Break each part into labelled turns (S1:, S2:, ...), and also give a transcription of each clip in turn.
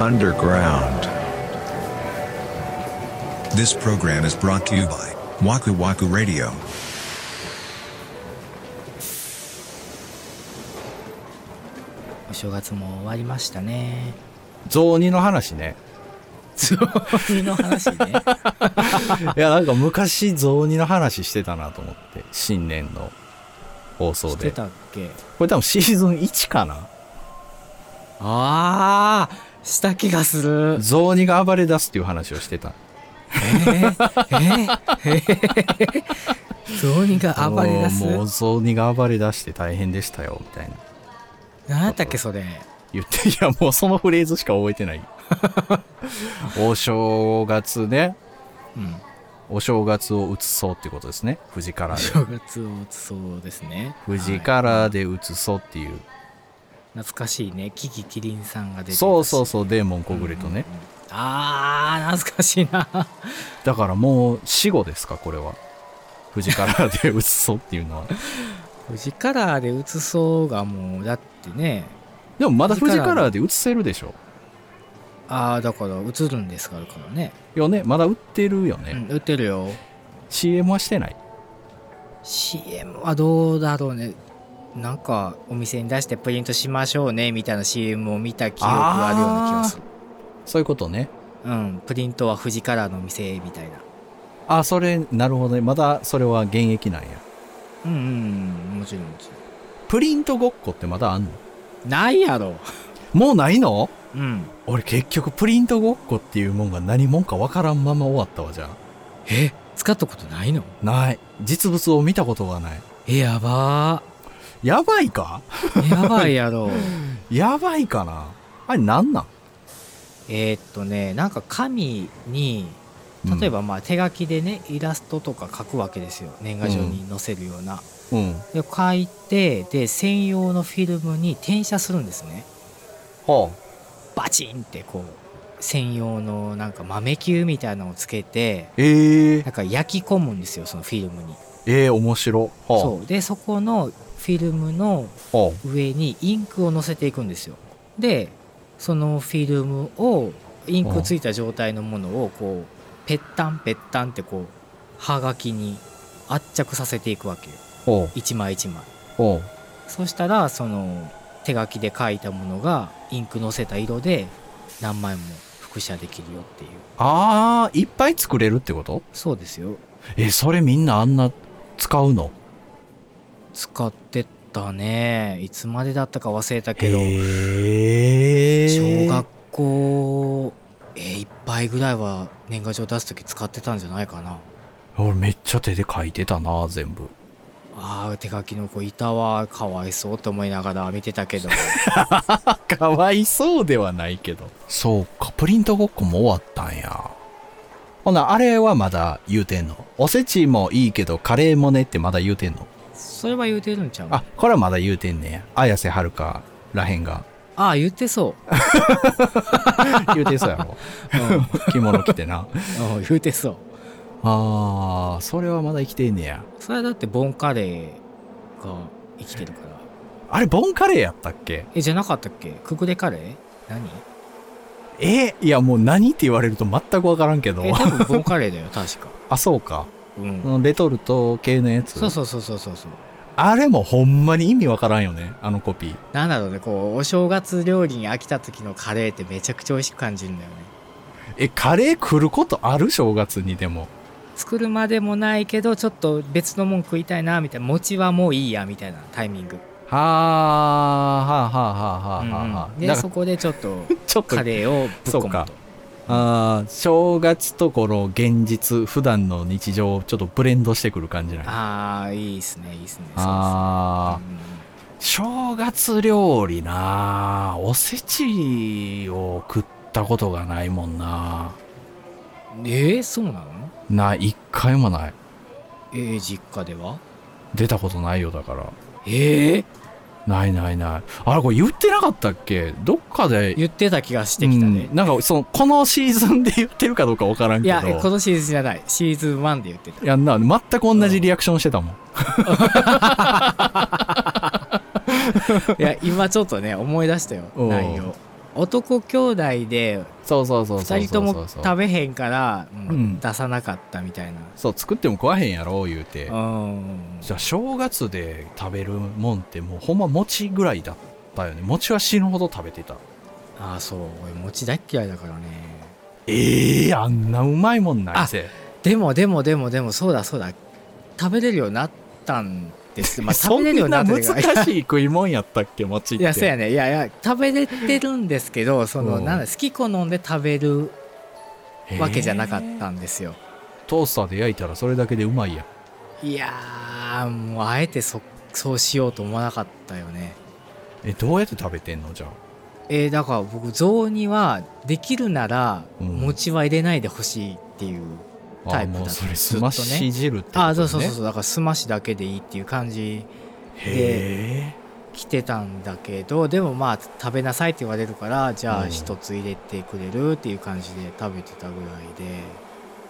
S1: Underground.
S2: This program is brought to you by Waku Waku Radio.
S3: お正月も終わりました ね。
S4: 雑煮の話ね。
S3: 雑煮の話ね。
S4: いや、なんか昔雑煮の話してたなと思って、新年の放送
S3: して
S4: で。
S3: たっけ
S4: これ多分シーズン1かな
S3: ああ、した気がする。
S4: 雑煮が暴れ出すっていう話をしてた。
S3: えー、えー、えー、雑煮が暴れ出す。
S4: もう雑煮が暴れ出して大変でしたよ、みたいな。
S3: 何やったっけ、それ。
S4: 言って、いや、もうそのフレーズしか覚え てない。お正月ね。
S3: うん。
S4: お正月を移そうってことですね。富士カラーで。
S3: 正月を打つそうですね。
S4: 富士
S3: は
S4: カラーで移そうっていう。
S3: い懐かしいね。キキキリンさんが出てたし
S4: そうそうそう、デーモン小暮と
S3: うん
S4: ね。
S3: うんうんああ、懐かしいな。
S4: だからもう死後ですか、これは。富士カラーで移そうっていうの は。
S3: 富士カラーで打つそうがもう、だってね。
S4: でもまだ
S3: 富
S4: 富
S3: 士
S4: 士
S3: カラー
S4: カラーで映せるでしょ。
S3: ああ、だから映るんですからからね。
S4: よね。まだ売ってるよね。
S3: うん、打ってるよ。
S4: CM はしてない。
S3: CM はどうだろうねなんかお店に出してプリントしましょうねみたいな CM を見た記憶があるような気がする
S4: そういうことね。
S3: うんプリントは富士カラーのお店みたいな
S4: あ、それ、なるほどね。まだそれは現役なんや。
S3: うんうんうんもちろんもちろ
S4: プリントごっこってまだあんの
S3: んないやろ
S4: もうないの
S3: うん
S4: 俺結局プリントごっこっていうもんが何もんかわからんまま終わったわじゃ
S3: え使ったことないの
S4: あない実物を見たことがない
S3: えやば
S4: やばいか
S3: ーやばいや ろ
S4: やばいかなあれなんなん
S3: えーっとねなんか紙に例えばまあ手書きでねイラストとか書くわけですよ年賀状に載せるような、
S4: うんは
S3: で書いてで専用のフィルムに転写するんですね
S4: あ
S3: バチンってこう専用のなんか豆球みたいなのをつけて
S4: ええ
S3: なんか焼き込むんですよそのフィルムに
S4: ええ面白は
S3: そうでそこのフィルムの
S4: あは
S3: 上にインクを乗せていくんですよでそのフィルムをインクついた状態のものをこうぺったんぺったんってこうはがきに圧着させていくわけよ
S4: あは
S3: 一枚一枚
S4: あは
S3: そしたらその手書きで書いたものがインクのせた色で何枚も複写できるよっていう
S4: ああーいっぱい作れるってこと
S3: そうですよ
S4: えそれみんなあんな使うの
S3: 使ってたねいつまでだったか忘れたけど
S4: ええ
S3: 小学校えーいっぱいぐらいは年賀状出す時使ってたんじゃないかな
S4: 俺めっちゃ手で書いてたな全 部
S3: あー手書きの子いたわかわいそうと思いながら見てたけど
S4: かわいそうではないけどそうかプリントごっこも終わったんやほなあれはまだ言うてんのおせちもいいけどカレーもねってまだ言うてんの
S3: それは言うてるんちゃう
S4: あこれはまだ言うてんねや綾瀬はるからへんが
S3: あー言ってそう
S4: 言うてそうや ろ
S3: うん
S4: 着物着てな
S3: うん言うてそう
S4: あーそれはまだ生きてんねや
S3: それはだってボンカレーが生きてるから
S4: あれボンカレーやったっけ
S3: えじゃなかったっけくぐれカレー何
S4: えいやもう何って言われると全く分からんけど
S3: え多分ボンカレーだよ確 か
S4: あそうか
S3: うん、
S4: レトルト系のやつ
S3: そうそうそうそうそうそう
S4: あれもほんまに意味わからんよねあのコピー
S3: なんだろうねこうお正月料理に飽きた時のカレーってめちゃくちゃ美味しく感じるんだよね
S4: えカレー来ることある正月にでも
S3: 作るまでもないけどちょっと別のもん食いたいなみたいな餅はもういいやみたいなタイミング
S4: はあはあはあはあはあはあは
S3: うんう
S4: あ
S3: んで
S4: だか
S3: そ
S4: ら
S3: こでちょっ と
S4: ちょっと
S3: カレーをぶっ込
S4: そう
S3: む
S4: か
S3: と
S4: あー正月とこの現実普段の日常をちょっとブレンドしてくる感じなんや
S3: ああいいっすねいいっすね
S4: あ
S3: そ
S4: ー
S3: うですね
S4: 正月料理なあおせちを食ったことがないもんな
S3: うんえー、そうなの
S4: ない一回もない
S3: えー、実家では
S4: 出たことないよだから
S3: ええ
S4: ないないないあれこれ言ってなかったっけどっかで
S3: 言ってた気がしてきたね
S4: う、んなんかそのこのシーズンで言ってるかどうか分から
S3: い
S4: んけど
S3: やこのシーズンじゃないシーズン1で言ってた
S4: やんな全く同じリアクションしてたもん、
S3: い や今ちょっとね思い出したよ
S4: おう
S3: 内容男兄弟で
S4: そうそうそうそう
S3: 2人
S4: そ
S3: と
S4: う
S3: も
S4: そうそう
S3: 食べへんから、うん
S4: うん
S3: 出さなかったみたいな
S4: そう作っても食わへんやろ言うて
S3: うん
S4: じゃあ正月で食べるもんってもうほんま餅ぐらいだったよね餅は死ぬほど食べてた
S3: ああそう俺餅大っ嫌いだからね
S4: ええあんなうまいもんないぜ
S3: でもでもでもでもそうだそうだ食べれるようになったん です、まあ、
S4: そ
S3: 食
S4: ん
S3: べれるようにな
S4: な
S3: ったというかいや
S4: 難しい食いもんやったっけ餅 っ
S3: い
S4: て
S3: やそうやねいやいや食べれてるんですけどその、
S4: うん
S3: なんだ好き好んで食べる
S4: へー
S3: わけじゃなかったんですよ、
S4: トースターで焼いたらそれだけでうまいやん
S3: いやーもうあえてそそうしようと思わなかったよね
S4: えどうやって食べてんのじゃあ
S3: えーだから僕雑煮はできるなら
S4: うん
S3: 餅は入れないでほしいっていう、タイプだっ
S4: あもう
S3: た
S4: それ
S3: ずっと
S4: す
S3: ね
S4: まし汁ってこと、ね、
S3: ああそうそうそうそうだからすましだけでいいっていう感じ
S4: へえ
S3: 来てたんだけどでもまあ食べなさいって言われるからじゃ
S4: う
S3: あ
S4: ん
S3: 一つ入れてくれるっていう感じで食べてたぐらいで、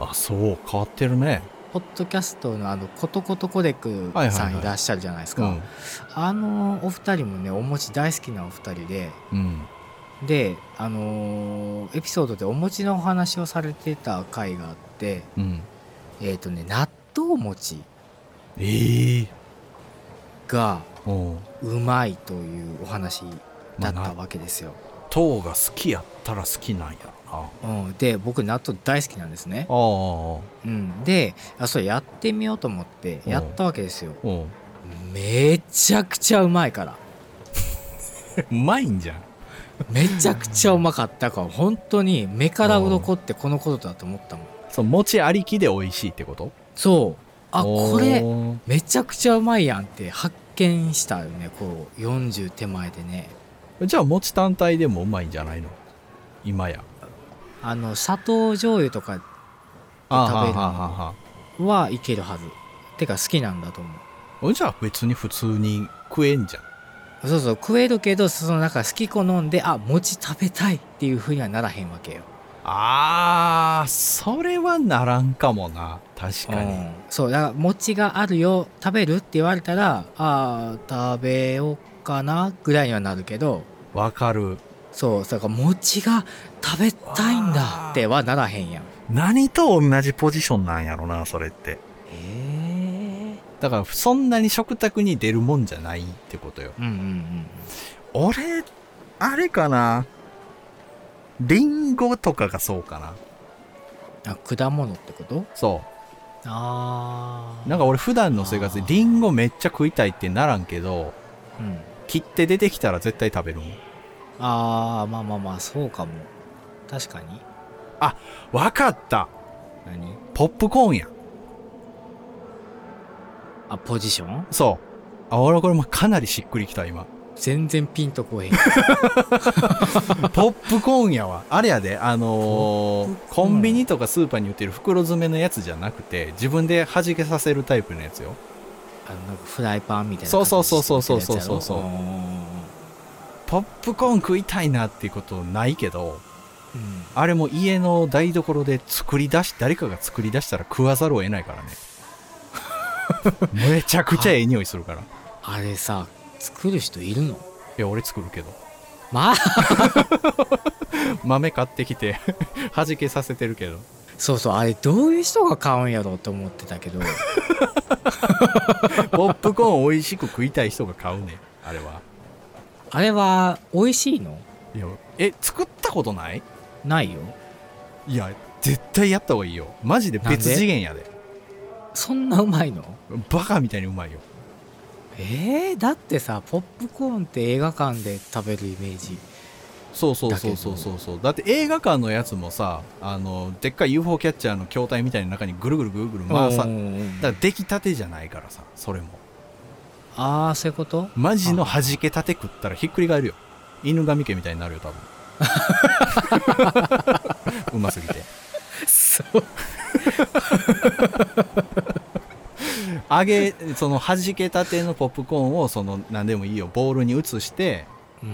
S4: あそう変わってるね
S3: ポッドキャストのあのコトコトコデク
S4: はいはい
S3: さ
S4: はい
S3: んいらっしゃるじゃないです
S4: う
S3: か、
S4: ん
S3: あのお二人もねお餅大好きなお二人で
S4: うん
S3: であのーエピソードでお餅のお話をされてた回があって
S4: うん
S3: えっ、とね納豆餅
S4: ええ
S3: が
S4: うん
S3: うまいというお話だっ
S4: まあ
S3: た
S4: な
S3: わけですよ、
S4: 糖が好きやったら好きなんやろなあ
S3: うん、で僕納豆大好きなんですね、
S4: あ
S3: うん、であそれやってみようと思って
S4: うん
S3: やったわけですよ
S4: うん
S3: めちゃくちゃうまいから
S4: うまいんじゃん
S3: めちゃくちゃうまかったから本当に目から鱗ってこのことだと思ったもん
S4: そう餅ありきで美味しいってこと
S3: そうあこれ
S4: おー
S3: めちゃくちゃうまいやんって発見したよねこう40手前でね
S4: じゃあ餅単体でもうまいんじゃないの今や
S3: あの砂糖醤油とか
S4: あ
S3: 食べるの
S4: はあはあはあ
S3: はいけるはずてか好きなんだと思
S4: おじゃあ別に普通に食えんじゃん
S3: うそうそう食えるけどそのなんか好き好んであ餅食べたいっていうふうにはならへんわけよ
S4: あーそれはならんかもな確か
S3: う
S4: に
S3: んそうだから餅があるよ食べるって言われたらあー食べようかなぐらいにはなるけど
S4: わかる
S3: そうだから餅が食べたいんだってはならへんやん
S4: 何と同じポジションなんやろなそれって
S3: え
S4: だからそんなに食卓に出るもんじゃないってことよ
S3: うんうんうん
S4: 俺あれかなリンゴとかがそうかな
S3: あ果物ってこと
S4: そ
S3: あ
S4: うなんか俺普段の生活でリンゴめっちゃ食いたいってならんけど
S3: うん、
S4: 切って出てきたら絶対食べるもん
S3: あーまあまあまあそうかも確かに
S4: わかった
S3: 何
S4: ポップコーンや
S3: あポジション
S4: そうあ俺これもかなりしっくりきた 今
S3: 全然ピンとこへん
S4: ポップコーンやわ。あれやで、あのーコンビニとかスーパーに売ってる袋詰めのやつじゃなくて、自分で弾けさせるタイプのやつよ。
S3: あのなんかフライパンみたいな
S4: そうそうそうそうそうそうそうそう
S3: 形してるやつやろ
S4: ポップコーン食いたいなっていうことないけど、
S3: うんうん
S4: あれも家の台所で作り出し、誰かが作り出したら食わざるを得ないから ね。めちゃくちゃええ匂いするから。い
S3: あれさ作る人いるの
S4: や、俺作るけど。
S3: まあ
S4: 豆買ってきて、 弾けさせてるけど。
S3: そうそうあれどういう人が買うんやろうと思ってたけ ど
S4: ポップコーン美味しく食いたい人が買うね。あれは。
S3: あれは美味しいの
S4: いや、え、作ったことない
S3: ないよ
S4: いや絶対やった方がいいよマジで別次元やで
S3: そんなうまいの
S4: バカみたいにうまいよ
S3: えー、だってさポップコーンって映画館で食べるイメージ
S4: そうそう
S3: だけ
S4: そう
S3: ど
S4: そうそうそうだって映画館のやつもさあのでっかい UFO キャッチャーの筐体みたいな中にぐるぐるぐるぐる回さ
S3: うんう
S4: だ
S3: んうん
S4: から出来たてじゃないからさそれも
S3: ああそういうこと
S4: マジの弾けたて食ったらひっくり返るよ犬神家みたいになるよ多 分うますぎて
S3: そう
S4: 揚げその弾けたてのポップコーンをその何でもいいよボウルに移して、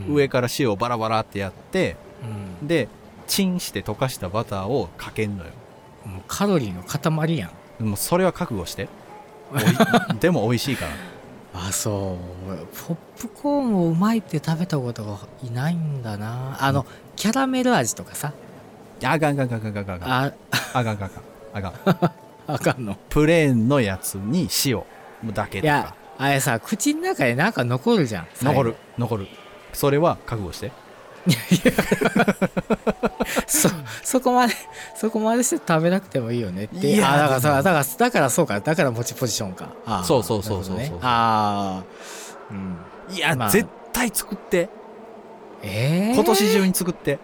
S4: 上から塩をバラバラってやって
S3: うん
S4: でチンして溶かしたバターをかけんのよ
S3: もうカロリーの塊やん
S4: でもそれは覚悟しておいでも美味しいから
S3: あそうポップコーンをうまいって食べたことがいないんだなあのキャラメル味とかさ
S4: あがんがんがんがんがんがんがん
S3: あ
S4: あがんがんがんあがん
S3: あかんの
S4: プレーンのやつに塩だけ
S3: い
S4: と
S3: や
S4: か
S3: あれさ口の中でなんか残るじゃん最後
S4: 残る残るそれは覚悟して
S3: そそこまでそこまでして食べなくてもいいよねって
S4: いや
S3: あだから
S4: でも
S3: そうだからだからそうかだから持ちポジションかあー
S4: そうそうそうそうそう
S3: なるほどねああうん
S4: いや、
S3: まあ
S4: 絶対作って
S3: ええ
S4: 今年中に作って、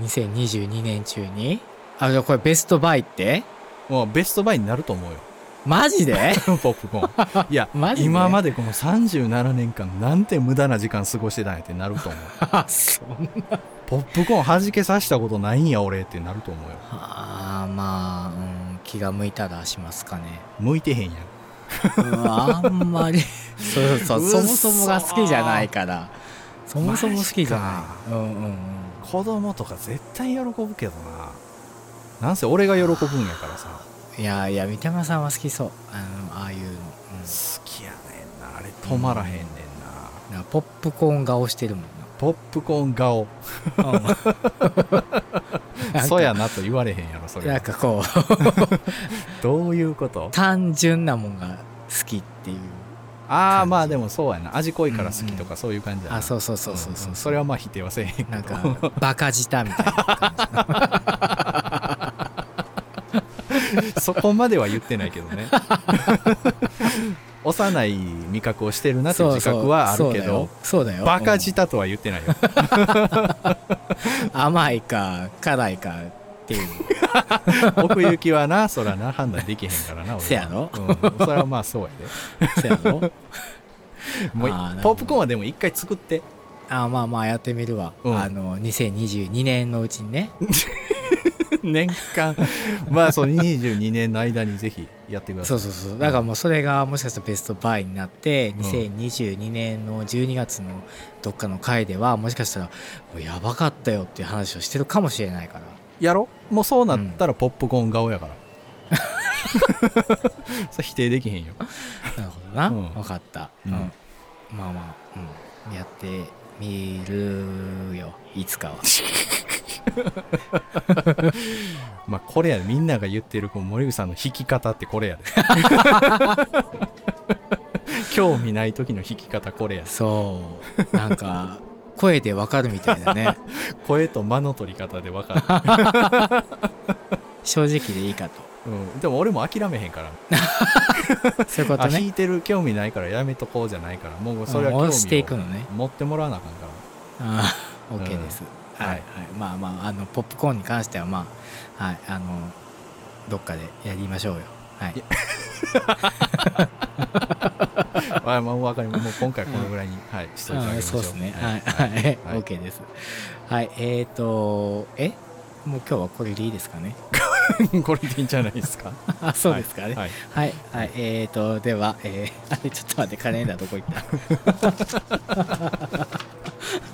S3: 2022年中にあじゃあこれベストバイって
S4: もうベストバイになると思うよ
S3: マジで
S4: ポップコーンいや
S3: マジで
S4: 今までこの37年間なんて無駄な時間過ごしてたんやってなる と思う
S3: あそう
S4: ポップコーン弾けさせたことないんや俺ってなると思うよ
S3: あーまあ、うん、気が向いたらしますかね
S4: 向いてへんやん
S3: うんあんまりそうそうそう
S4: うっ
S3: そ
S4: そ
S3: もそもが好きじゃないからそもそも好きじゃ
S4: マ
S3: ないうんうんうん
S4: 子供とか絶対喜ぶけどななんせ俺が喜ぶんやからさ
S3: いやいや三山さんは好きそうあのああいうの、うん、
S4: 好きやねんなあれ止まらへんねんな
S3: なんかポップコーン顔してるもん
S4: ポップコーン顔
S3: な,、うん、なんか
S4: そやなと言われへんやろそ
S3: なん
S4: れ
S3: かこう
S4: どういうこと
S3: 単純なもんが好きっていう
S4: あ
S3: 感
S4: あ
S3: じ
S4: まあでもそうやな味濃いから好きとかそういう感じだな
S3: あそうそうそうそうそう、
S4: んんそれはまあ否定はせえへんけど
S3: なんかバカ舌みたいな感じ
S4: そこまでは言ってないけどね 幼い味覚をしてるなっていう自覚はあるけど
S3: そうだよそうだよ
S4: バカ
S3: 舌
S4: 舌とは言ってないよ
S3: 甘いか辛いかっていう
S4: 奥行きはなそらな判断できへんからな俺は
S3: せやろ
S4: うん、それはまあそうや
S3: そうやろ
S4: でもう
S3: あーなるほど
S4: ポップコーンはでも一回作って
S3: あまあまあやってみるわ、
S4: うん
S3: あの2022年のうちにね
S4: 年間まあその22年の間にぜひやってくださ
S3: そ
S4: いう
S3: そうそうだからもうそれがもしかしたらベストバイになって2022年の12月のどっかの回ではもしかしたら「やばかったよ」っていう話をしてるかもしれ ないから
S4: やろもうそうなったらポップコーン顔やから、 それ否定できへんよ
S3: なるほどな、
S4: うん
S3: 分かった、う
S4: うんん
S3: まあまあ、うん、やってみるよいつ かは
S4: まあこれやでみんなが言ってるこう森口さんの弾き方ってこれやで 興味ない時の弾き方これやで
S3: そうなんか声でわかるみたいだ ね
S4: 声と間の取り方で分か
S3: 正直でいいかと
S4: る、うん、でも俺も諦めへんから、
S3: そういうこ
S4: あ
S3: とね
S4: 弾いてる興味ないからやめとこうじゃないからもうそれは
S3: もう
S4: 興
S3: 押して
S4: 味
S3: いく
S4: を
S3: のね
S4: 持ってもらわなあかんから
S3: ああ、
S4: ん
S3: OK です。はい、
S4: は
S3: はいい、まあまあ、あの、ポップコーンに関しては、まあ、はい、あの、どっかでやりましょうよ。はい
S4: い。 あまあ分かりますもう今回このぐらいに、はいしといてあげ
S3: あ
S4: まし
S3: そ
S4: ょ
S3: ううですね。
S4: は
S3: はいい、はい、
S4: はい
S3: OK です。はい、えっ、ー、と、えもう今日はこれでいいですかね。
S4: これでいいん じゃないですか
S3: あ、 そうですかね。
S4: はい
S3: はい、はい、えーと、では、えー、 あれ、ちょっと待って、カレンダーどこ行った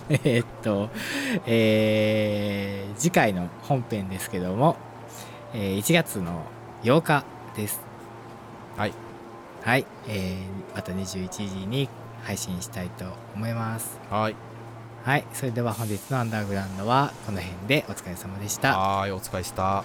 S3: えーっと、えー、次回の本編ですけども、えー1月の8日です。
S4: はい
S3: はい、えー、また21時に配信したいと思います。
S4: はい
S3: はい、それでは本日のアンダーグラウンドはこの辺でお疲れ様でした。
S4: はいお疲れした